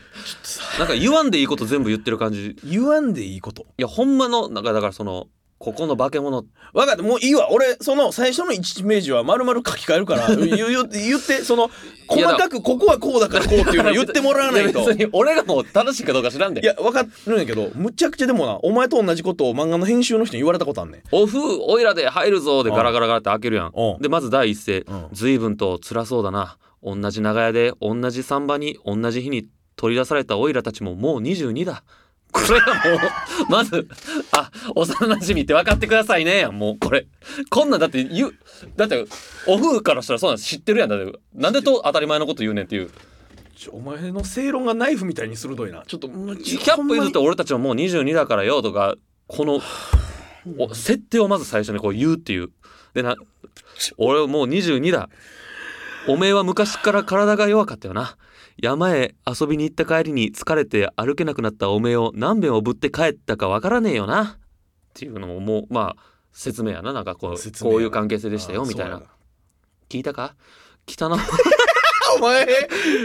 [SPEAKER 3] なんか言わんでいいこと全部言ってる感じい
[SPEAKER 4] 言わんでいいこと
[SPEAKER 3] やほんまのなんかだからそのここの化け物
[SPEAKER 4] 分かったもういいわ俺その最初の1ページは丸々書き換えるか
[SPEAKER 3] *laughs*
[SPEAKER 4] ら言う言う言ってその
[SPEAKER 3] い
[SPEAKER 4] 細
[SPEAKER 3] やだ
[SPEAKER 4] かくここはこうだからこうっていうのを言ってもら
[SPEAKER 3] *laughs*
[SPEAKER 4] わないと
[SPEAKER 3] や別に俺がもう正しいかどうか知らんで
[SPEAKER 4] いや分かるんやけどむちゃくちゃでもなお前と同じことを漫画の編集の人に言われたことあんねん
[SPEAKER 3] オフおいらで入るぞで
[SPEAKER 4] うん
[SPEAKER 3] ガラガラガラって開けるやん
[SPEAKER 4] うん
[SPEAKER 3] でまず第一声
[SPEAKER 4] うん
[SPEAKER 3] 随分と辛そうだな同じ長屋で同じ桟場に同じ日に取り出されたおいらたちももう22だこれがもう *laughs* まずあ幼馴染って分かってくださいねやんもうこれこんなんだって言うだってオフからしたらそうなんです知ってるやんだってなんでと当たり前のこと言うねんっていう
[SPEAKER 4] ちょお前の正論がナイフみたいに鋭いなちょっとむち
[SPEAKER 3] 100歩譲って
[SPEAKER 4] と
[SPEAKER 3] 俺たちももう22だからよとかこのお設定をまず最初にこう言うっていうでな俺はもう22だおめえは昔から体が弱かったよな山へ遊びに行った帰りに疲れて歩けなくなったおめえを何べんおぶって帰ったかわからねえよなっていうのももうまあ説明やななんかこう
[SPEAKER 4] 説明や
[SPEAKER 3] こ
[SPEAKER 4] な
[SPEAKER 3] ういう関係性でしたよみたいな聞いたか北の
[SPEAKER 4] お前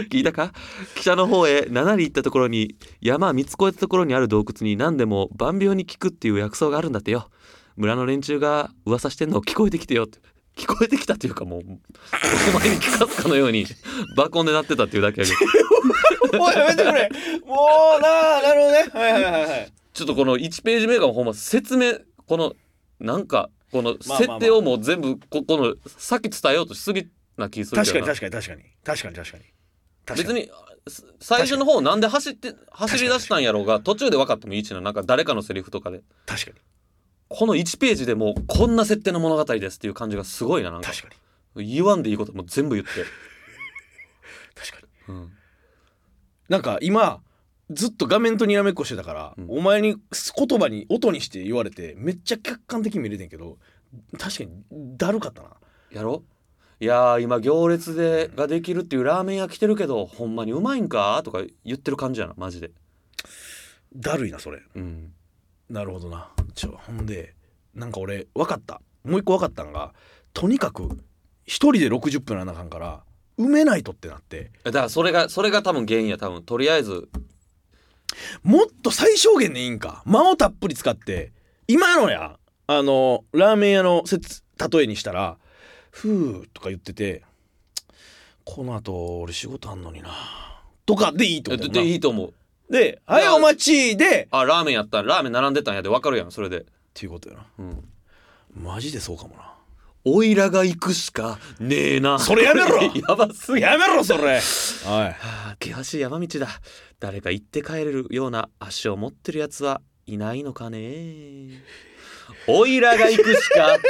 [SPEAKER 3] 聞いたか北の方へ七里行ったところに山三つ越えたところにある洞窟に何でも万病に効くっていう薬草があるんだってよ村の連中が噂してんの聞こえてきてよって聞こえてきたというかもうお前に聞かすかのように爆音で鳴ってたっていうだけやけど
[SPEAKER 4] もうやめてくれもうなあなるほどねはいはいはい
[SPEAKER 3] *laughs*
[SPEAKER 4] はい
[SPEAKER 3] ちょっとこの1ページ目がほんま説明このなんかこの
[SPEAKER 4] まあまあまあ
[SPEAKER 3] 設定をもう全部ここのさっき伝えようとしすぎな気するけど
[SPEAKER 4] 確かに
[SPEAKER 3] な
[SPEAKER 4] 確かに確かに確かに確かに確か
[SPEAKER 3] 別
[SPEAKER 4] に
[SPEAKER 3] にす最初の方なんで走って走り出したんやろうが途中で分かってもいいしななんか誰かのセリフとかで
[SPEAKER 4] 確かに
[SPEAKER 3] この1ページでもうこんな設定の物語ですっていう感じがすごいななんか
[SPEAKER 4] 確かに
[SPEAKER 3] 言わんでいいことも全部言って、
[SPEAKER 4] 確かに
[SPEAKER 3] うん、
[SPEAKER 4] なんか今ずっと画面とにらめっこしてたから、
[SPEAKER 3] うん
[SPEAKER 4] お前に言葉に音にして言われてめっちゃ客観的に見れてんけど確かにだるかったな
[SPEAKER 3] やろいやー今行列でができるっていうラーメン屋来てるけどほんまにうまいんかとか言ってる感じやなマジで、
[SPEAKER 4] だるいなそれ
[SPEAKER 3] うん、
[SPEAKER 4] なるほどなちょほんでなんか俺分かったもう一個分かったんがとにかく一人で60分やらなあかんから埋めないとってなって
[SPEAKER 3] だからそれがそれが多分原因や多分とりあえず
[SPEAKER 4] もっと最小限でいいんか間をたっぷり使って今のやあのラーメン屋の説例えにしたら「ふう」とか言ってて「この後俺仕事あんのにな」とかでいいってこと
[SPEAKER 3] でで
[SPEAKER 4] 思
[SPEAKER 3] いいと思う
[SPEAKER 4] で「はい
[SPEAKER 3] な
[SPEAKER 4] お待ち」でっ
[SPEAKER 3] あラーメンやったラーメン並んでたんやで分かるやんそれで
[SPEAKER 4] ていうことやな
[SPEAKER 3] うん
[SPEAKER 4] マジでそうかもな
[SPEAKER 3] おいらが行くしかねえな
[SPEAKER 4] それやめろ
[SPEAKER 3] *laughs* やばすぎ
[SPEAKER 4] やめろそれおい
[SPEAKER 3] あー険しい山道だ誰か行って帰れるような足を持ってるやつはいないのかねおいらが行くしかね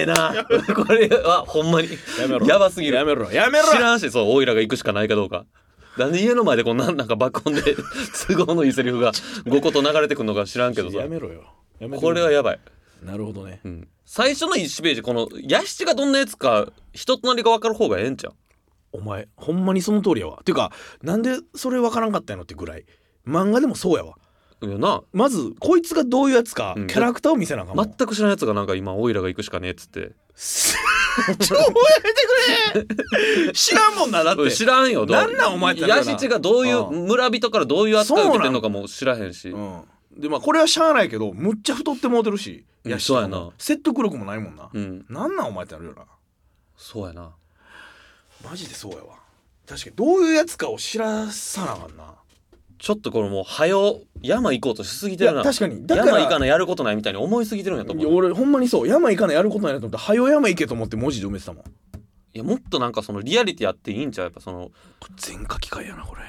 [SPEAKER 3] えなこれはほんまに
[SPEAKER 4] やめろ
[SPEAKER 3] やばすぎる
[SPEAKER 4] やめろやめろ
[SPEAKER 3] 知らんしそうおいらが行くしかないかどうかなんで家の前でこんななんか爆音で *laughs* 都合のいいセリフが5個と流れてくんのか知らんけどさ
[SPEAKER 4] やめろよやめてくれ
[SPEAKER 3] これはやばい、
[SPEAKER 4] なるほどね
[SPEAKER 3] うん、最初の1ページこの屋敷がどんなやつか人となりが分かる方がええんちゃう
[SPEAKER 4] お前ほんまにその通りやわっていうかなんでそれわからんかったんやろってぐらい漫画でもそうやわ
[SPEAKER 3] いやな
[SPEAKER 4] まずこいつがどういうやつか、
[SPEAKER 3] うん
[SPEAKER 4] キャラクターを見せなあかん *laughs* もん、
[SPEAKER 3] 全く知らんやつがなんか今おいらが行くしかねえっつって
[SPEAKER 4] ちょもうやめてくれ知らんもんなだっ
[SPEAKER 3] おい
[SPEAKER 4] て
[SPEAKER 3] 知らんよどう
[SPEAKER 4] なんなんお前ってなるよ
[SPEAKER 3] ヤ
[SPEAKER 4] な
[SPEAKER 3] シチがどういう
[SPEAKER 4] うん
[SPEAKER 3] 村人からどういう扱いを受けてんのかも知らへんし、
[SPEAKER 4] うん、でまあこれはしゃあないけどむっちゃ太ってもうてるし、
[SPEAKER 3] うん
[SPEAKER 4] やしとかも
[SPEAKER 3] そうやな
[SPEAKER 4] 説得力もないもんな、
[SPEAKER 3] うん
[SPEAKER 4] なんなんお前ってなるよな
[SPEAKER 3] そうやな
[SPEAKER 4] マジでそうやわ確かにどういうやつかを知らさなあかんな
[SPEAKER 3] ちょっとこれもう早う山行こうとしすぎ
[SPEAKER 4] い
[SPEAKER 3] てる
[SPEAKER 4] や
[SPEAKER 3] な
[SPEAKER 4] 確かにだから
[SPEAKER 3] 山行かなやることないみたいに思いすぎてるんやと
[SPEAKER 4] い
[SPEAKER 3] 思
[SPEAKER 4] や
[SPEAKER 3] うい
[SPEAKER 4] 俺ほんまにそう山行かないやることないなと思って「はよ山行け」と思って文字で埋めてたもん
[SPEAKER 3] やもっとなんかそのリアリティあっていいんちゃうやっぱそのい
[SPEAKER 4] これ全書き換えやなこれ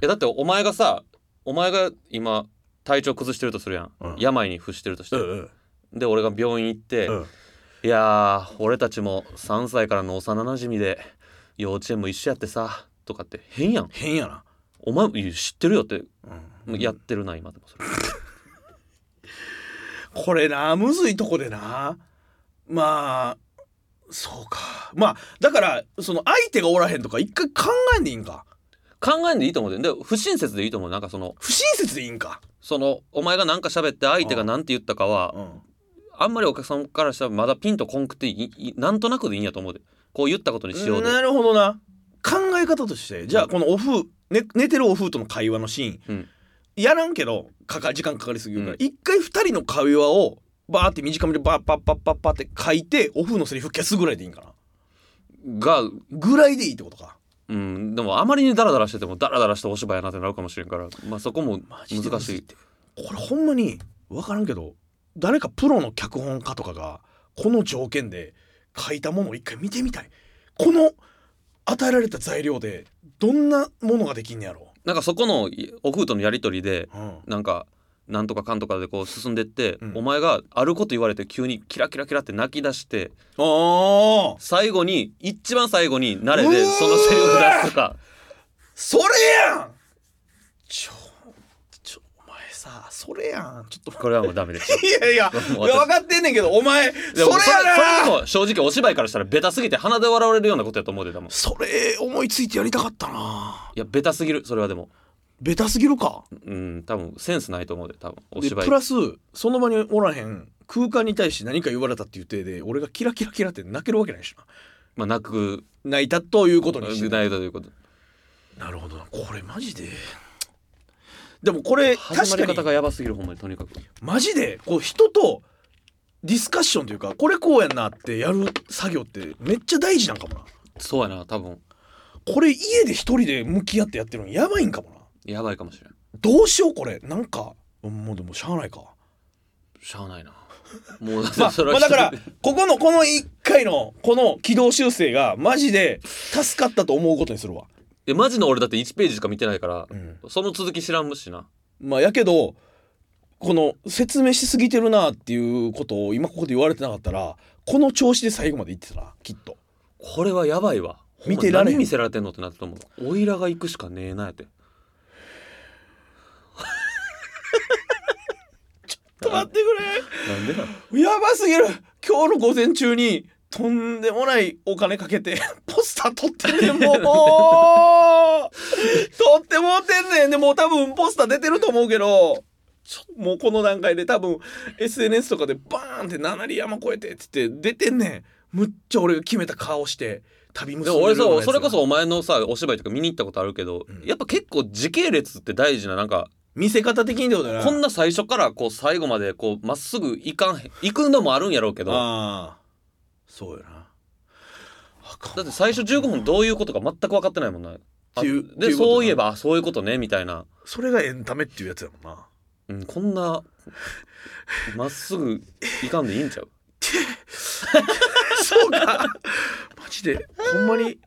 [SPEAKER 3] やだってお前がさお前が今体調崩してるとするやん、
[SPEAKER 4] うん
[SPEAKER 3] 病に伏してるとして、
[SPEAKER 4] うん
[SPEAKER 3] で俺が病院行って、
[SPEAKER 4] うん
[SPEAKER 3] いやー俺たちも3歳からの幼なじみで幼稚園も一緒やってさとかって変やん
[SPEAKER 4] 変やな、
[SPEAKER 3] お前いや知ってるよって
[SPEAKER 4] うん、
[SPEAKER 3] もうやってるな今でもそれ
[SPEAKER 4] これなむずいとこでなまあそうかまあだからその相手がおらへんとか一回考えんでいいんか
[SPEAKER 3] 考えんでいいと思うでで不親切でいいと思うなんかその
[SPEAKER 4] 不親切でいいんか、
[SPEAKER 3] そのお前が何か喋って相手が何て言ったかは
[SPEAKER 4] うん、
[SPEAKER 3] あんまりお客さんからしたらまだピンとこんくていいなんとなくでいいんやと思うでこう言ったことにしようで
[SPEAKER 4] なるほどな考え方としてじゃあこのお風、ね、寝てるお風との会話のシー
[SPEAKER 3] う
[SPEAKER 4] ン、
[SPEAKER 3] ん
[SPEAKER 4] やらんけどかか時間かかりすぎるから
[SPEAKER 3] うん
[SPEAKER 4] 一、回二人の会話をバーって短めでバーパッパッパッパって書いてお風のセリフ消すぐらいでいいんかな
[SPEAKER 3] が
[SPEAKER 4] ぐらいでいいってことか
[SPEAKER 3] うんでもあまりにダラダラしててもダラダラしたお芝居やなってなるかもしれんからまあそこも難しい
[SPEAKER 4] ってこれほんまに分からんけど誰かプロの脚本家とかがこの条件で書いたものを一回見てみたいこの与えられた材料でどんなものができんねやろ
[SPEAKER 3] なんかそこのお風とのやり取りで
[SPEAKER 4] う、うん、
[SPEAKER 3] なんかなんとかかんとかでこう進んでって、
[SPEAKER 4] うん
[SPEAKER 3] お前があること言われて急にキラキラキラって泣き出して
[SPEAKER 4] ああ
[SPEAKER 3] 最後に一番最後に慣れで
[SPEAKER 4] うわー
[SPEAKER 3] そのセリフ出すとか
[SPEAKER 4] それやんちょちょお前さそれやんちょっと
[SPEAKER 3] これはもうダメですよ
[SPEAKER 4] *laughs* いやい *laughs* や
[SPEAKER 3] 私
[SPEAKER 4] いや分かってんねんけどお前それ
[SPEAKER 3] で
[SPEAKER 4] や
[SPEAKER 3] も
[SPEAKER 4] な
[SPEAKER 3] それでも正直お芝居からしたらベタすぎて鼻で笑われるようなことやと思うでだもんい
[SPEAKER 4] それ思いついてやりたかったな
[SPEAKER 3] やベタすぎるそれはでも
[SPEAKER 4] ベタすぎるか
[SPEAKER 3] うん多分センスないと思うで多分お
[SPEAKER 4] で
[SPEAKER 3] 芝居
[SPEAKER 4] プラスその場におらへん空間に対して何か言われたっていう体で俺がキラキラキラって泣けるわけないしな
[SPEAKER 3] まあ泣く
[SPEAKER 4] 泣いたということにして
[SPEAKER 3] ないということ
[SPEAKER 4] なるほどなこれマジででもこれ
[SPEAKER 3] 始まり方
[SPEAKER 4] 確か
[SPEAKER 3] が
[SPEAKER 4] に
[SPEAKER 3] やばすぎるほんまにとにかく
[SPEAKER 4] マジでこう人とディスカッションというかこれこうやんなってやる作業ってめっちゃ大事なんかもな
[SPEAKER 3] そうやな多分
[SPEAKER 4] これ家で一人で向き合ってやってるのやばいんかもな
[SPEAKER 3] やばいかもしれん
[SPEAKER 4] どうしようこれなんかもうでもしゃあないか
[SPEAKER 3] しゃあないなもうだって
[SPEAKER 4] *laughs* まあ、
[SPEAKER 3] それ
[SPEAKER 4] ま
[SPEAKER 3] は
[SPEAKER 4] あだから
[SPEAKER 3] 一人で
[SPEAKER 4] ここのこの1回のこの軌道修正がマジで助かったと思うことにするわ、
[SPEAKER 3] えマジの俺だって1ページしか見てないから、
[SPEAKER 4] ん
[SPEAKER 3] その続き知らんしな
[SPEAKER 4] まあやけどこの説明しすぎてるなっていうことを今ここで言われてなかったらこの調子で最後まで言ってたなきっと
[SPEAKER 3] これはやばいわ
[SPEAKER 4] 見てられへ
[SPEAKER 3] ほん
[SPEAKER 4] ん
[SPEAKER 3] ま何見せられてんのってなったと思うおいらが行くしかねえなやて
[SPEAKER 4] ちょ *laughs* っと待って
[SPEAKER 3] なんでな
[SPEAKER 4] くれやばすぎる今日の午前中にとんでもないお金かけてポスター撮って
[SPEAKER 3] *laughs*
[SPEAKER 4] んねんもう撮ってもうてんねんでもう多分ポスター出てると思うけどちょもうこの段階で多分 SNS とかでバーンって七里山越えてっつって出てんねんむっちゃ俺が決めた顔して旅
[SPEAKER 3] で
[SPEAKER 4] 結ん
[SPEAKER 3] も
[SPEAKER 4] で
[SPEAKER 3] 俺
[SPEAKER 4] るような
[SPEAKER 3] さ
[SPEAKER 4] やつ
[SPEAKER 3] そ
[SPEAKER 4] が
[SPEAKER 3] れこそお前のさお芝居とか見に行ったことあるけど、
[SPEAKER 4] うん
[SPEAKER 3] やっぱ結構時系列って大事ななんか、
[SPEAKER 4] 見せ方的にってことだな
[SPEAKER 3] こんな最初からこう最後までこうまっすぐ行かんへん行くのもあるんやろうけどだ
[SPEAKER 4] ああそうよなあかんわ
[SPEAKER 3] って最初15分どういうことか全く分かってないもんな
[SPEAKER 5] ていうって
[SPEAKER 3] で
[SPEAKER 5] いうことな
[SPEAKER 3] そういえばあそういうことねみたいな、
[SPEAKER 4] それがエンタメっていうやつやもんな
[SPEAKER 3] うん、こんなまっすぐいかんでいいんちゃう
[SPEAKER 4] *laughs*
[SPEAKER 5] そうか
[SPEAKER 4] マジでほんまに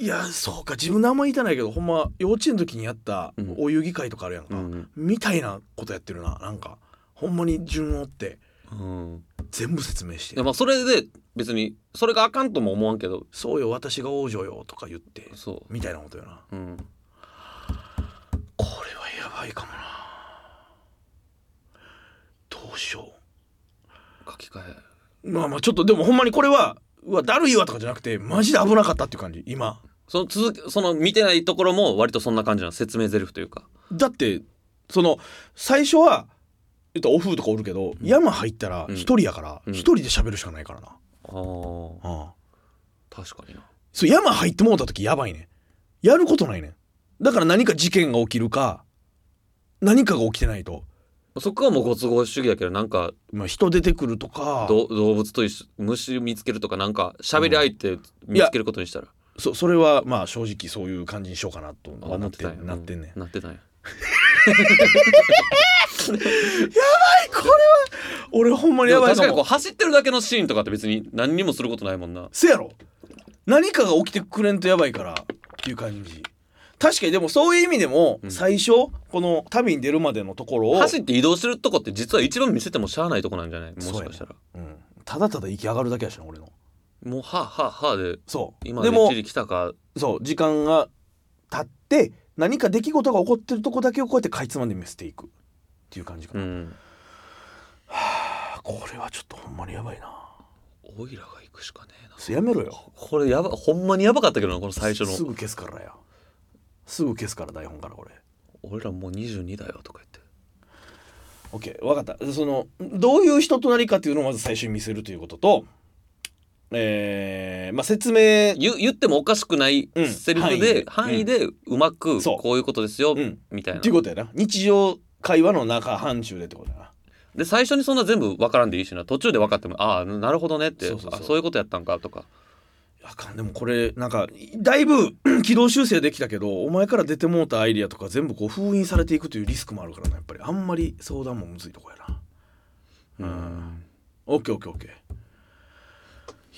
[SPEAKER 4] いやそうか自分のあんま言いたないけどほんま幼稚園の時にやった
[SPEAKER 3] うん
[SPEAKER 4] お遊戯会とかあるやんか、
[SPEAKER 3] うん
[SPEAKER 4] みたいなことやってるななんかほんまに順を追って
[SPEAKER 3] うん
[SPEAKER 4] 全部説明し
[SPEAKER 3] いや
[SPEAKER 4] て
[SPEAKER 3] まあそれで別にそれがあかんとも思わんけど
[SPEAKER 4] 「そうよ私が王女よ」とか言って
[SPEAKER 3] そ
[SPEAKER 4] みたいなことよな
[SPEAKER 3] う、うん、
[SPEAKER 4] これはやばいかもなどうしよ
[SPEAKER 3] 書き換え
[SPEAKER 4] うまあまあちょっとでもほんまにこれはうわだるいわとかじゃなくてマジで危なかったっていう感じ今
[SPEAKER 3] その続きその見てないところも割とそんな感じなの説明台詞というか
[SPEAKER 4] だってその最初は言ったらオフとかおるけど、山入ったら
[SPEAKER 3] うん
[SPEAKER 4] 一人やから
[SPEAKER 3] うん
[SPEAKER 4] 一人で喋るしかないからな、
[SPEAKER 3] あー
[SPEAKER 4] うん
[SPEAKER 3] 確かにな
[SPEAKER 4] そう山入ってもうた時やばいねんやることないねんだから何か事件が起きるか何かが起きてないと、
[SPEAKER 3] そこはもうご都合主義だけどなんか
[SPEAKER 4] まあ、人出てくるとか
[SPEAKER 3] ど動物と一緒虫見つけるとかなんか喋り相手見つけることにしたら、
[SPEAKER 4] そそれはまあ正直そういう感じにしようかなと
[SPEAKER 3] あ
[SPEAKER 4] 思って
[SPEAKER 3] たんや
[SPEAKER 4] なってんねん
[SPEAKER 3] うなってたんや
[SPEAKER 4] 俺ほんまに
[SPEAKER 3] で
[SPEAKER 4] や
[SPEAKER 3] も
[SPEAKER 4] ばい
[SPEAKER 3] 確
[SPEAKER 4] か
[SPEAKER 3] かにこう
[SPEAKER 4] も
[SPEAKER 3] 走ってるだけのシーンとかって別に何にもすることないもんな
[SPEAKER 4] せやろ何かが起きてくれんとやばいからっていう感じ確かにでもそういう意味でも
[SPEAKER 3] うん
[SPEAKER 4] 最初この旅に出るまでのところを、
[SPEAKER 3] 走って移動してるとこって実は一番見せてもしゃあないとこなんじゃないもしかしたら
[SPEAKER 4] うんただただ息上がるだけやしな俺の
[SPEAKER 3] もうはあはあはあで
[SPEAKER 4] そう
[SPEAKER 3] 今
[SPEAKER 4] で
[SPEAKER 3] で
[SPEAKER 4] も
[SPEAKER 3] っちり来たか
[SPEAKER 4] そう時間が経って何か出来事が起こってるとこだけをこうやってかいつまんで見せていくっていう感じか
[SPEAKER 3] う
[SPEAKER 4] な、
[SPEAKER 3] ん
[SPEAKER 4] あこれはちょっとほんまにやばいな
[SPEAKER 3] オイラが行くしかねえな
[SPEAKER 4] それやめろよ
[SPEAKER 3] これやばほんまにやばかったけどなこの最初
[SPEAKER 4] す
[SPEAKER 3] の
[SPEAKER 4] ぐ消すからやすぐ消すから台本から俺
[SPEAKER 3] 「俺らもう22だよ」とか言って
[SPEAKER 4] OK 分かったそのどういう人となりかっていうのをまず最初に見せるということとえーまあ説明
[SPEAKER 3] 言言ってもおかしくない
[SPEAKER 4] うん
[SPEAKER 3] セリフで、
[SPEAKER 4] 範
[SPEAKER 3] 範
[SPEAKER 4] 囲
[SPEAKER 3] 囲
[SPEAKER 4] で
[SPEAKER 3] でうまく
[SPEAKER 4] そう
[SPEAKER 3] こういうことですよ、
[SPEAKER 4] うん
[SPEAKER 3] みたいな
[SPEAKER 4] っていうことやな日常会話の中範疇でってことやな
[SPEAKER 3] で最初にそんな全部分からんでいいしな途中で分かっても「ああなるほどね」って
[SPEAKER 4] そうそうそう
[SPEAKER 3] あそういうことやったんか」とか
[SPEAKER 4] あかんでもこれなんかだいぶ *clears throat* 軌道修正できたけどお前から出てもうたアイディアとか全部こう封印されていくというリスクもあるからなやっぱりあんまり相談もむずいとこやなうんオッケーオッケーオッケー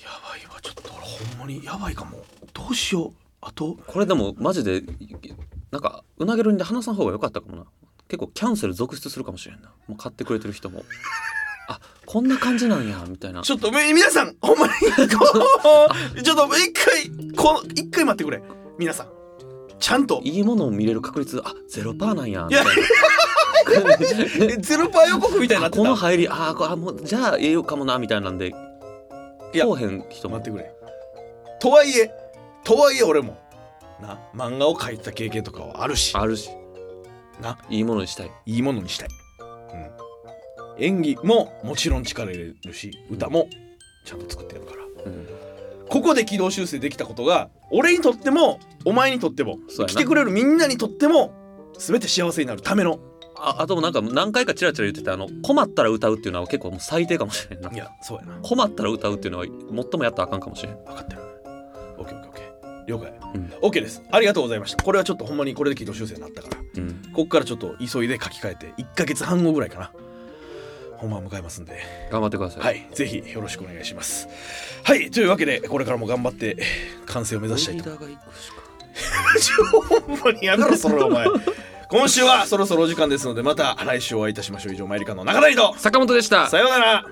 [SPEAKER 4] やばいわちょっと俺ほんまにやばいかもどうしようあと
[SPEAKER 3] これでもマジでなんかうなげるんで話さん方が良かったかもな結構キャンセル続出するかもしれんなもう買ってくれてる人もあこんな感じなんやみたいな
[SPEAKER 4] ちょっとめ皆さんほんまに
[SPEAKER 3] *laughs*
[SPEAKER 4] ちょっと一回この一回待ってくれ皆さんちゃんと
[SPEAKER 3] いいものを見れる確率あゼロパーなんやみ
[SPEAKER 4] や
[SPEAKER 3] たいな
[SPEAKER 4] えゼロパー予告みたいにな
[SPEAKER 3] あ
[SPEAKER 4] ってた
[SPEAKER 3] この入りあこれあもうじゃあええよかもなみたいなんで
[SPEAKER 4] いや
[SPEAKER 3] こうへん人
[SPEAKER 4] 待っ
[SPEAKER 3] も
[SPEAKER 4] てくれとはいえとはいえ俺もな漫画を描いてた経験とかはあるし
[SPEAKER 3] あるし
[SPEAKER 4] ない
[SPEAKER 3] いものにしたい
[SPEAKER 4] いいものにしたい、うん、演技ももちろん力入れるし歌もちゃんと作ってやるから、
[SPEAKER 3] ん
[SPEAKER 4] ここで軌道修正できたことが俺にとってもお前にとっても
[SPEAKER 3] そうやな
[SPEAKER 4] 来てくれるみんなにとっても全て幸せになるための
[SPEAKER 3] ああともなんか何回かチラチラ言ってたあの困ったら歌うっていうのは結構もう最低かもしれんない
[SPEAKER 4] やそうやな
[SPEAKER 3] 困ったら歌うっていうのは最もやったらあかんかもしれん
[SPEAKER 4] 分かってる OKOKOK 了解、
[SPEAKER 3] うん
[SPEAKER 4] OK ですありがとうございましたこれはちょっとほんまにこれで軌道修正になったから
[SPEAKER 3] うん
[SPEAKER 4] ここからちょっと急いで書き換えて1ヶ月半後ぐらいかな本番迎えますんで
[SPEAKER 3] 頑張ってください
[SPEAKER 4] はいぜひよろしくお願いしますはいというわけでこれからも頑張って完成を目指したいと思います *laughs* ほんまにやめろそれお前 *laughs* 今週はそろそろお時間ですのでまた来週お会いいたしましょう以上マイリカの中谷と
[SPEAKER 3] 坂本でした
[SPEAKER 4] さようなら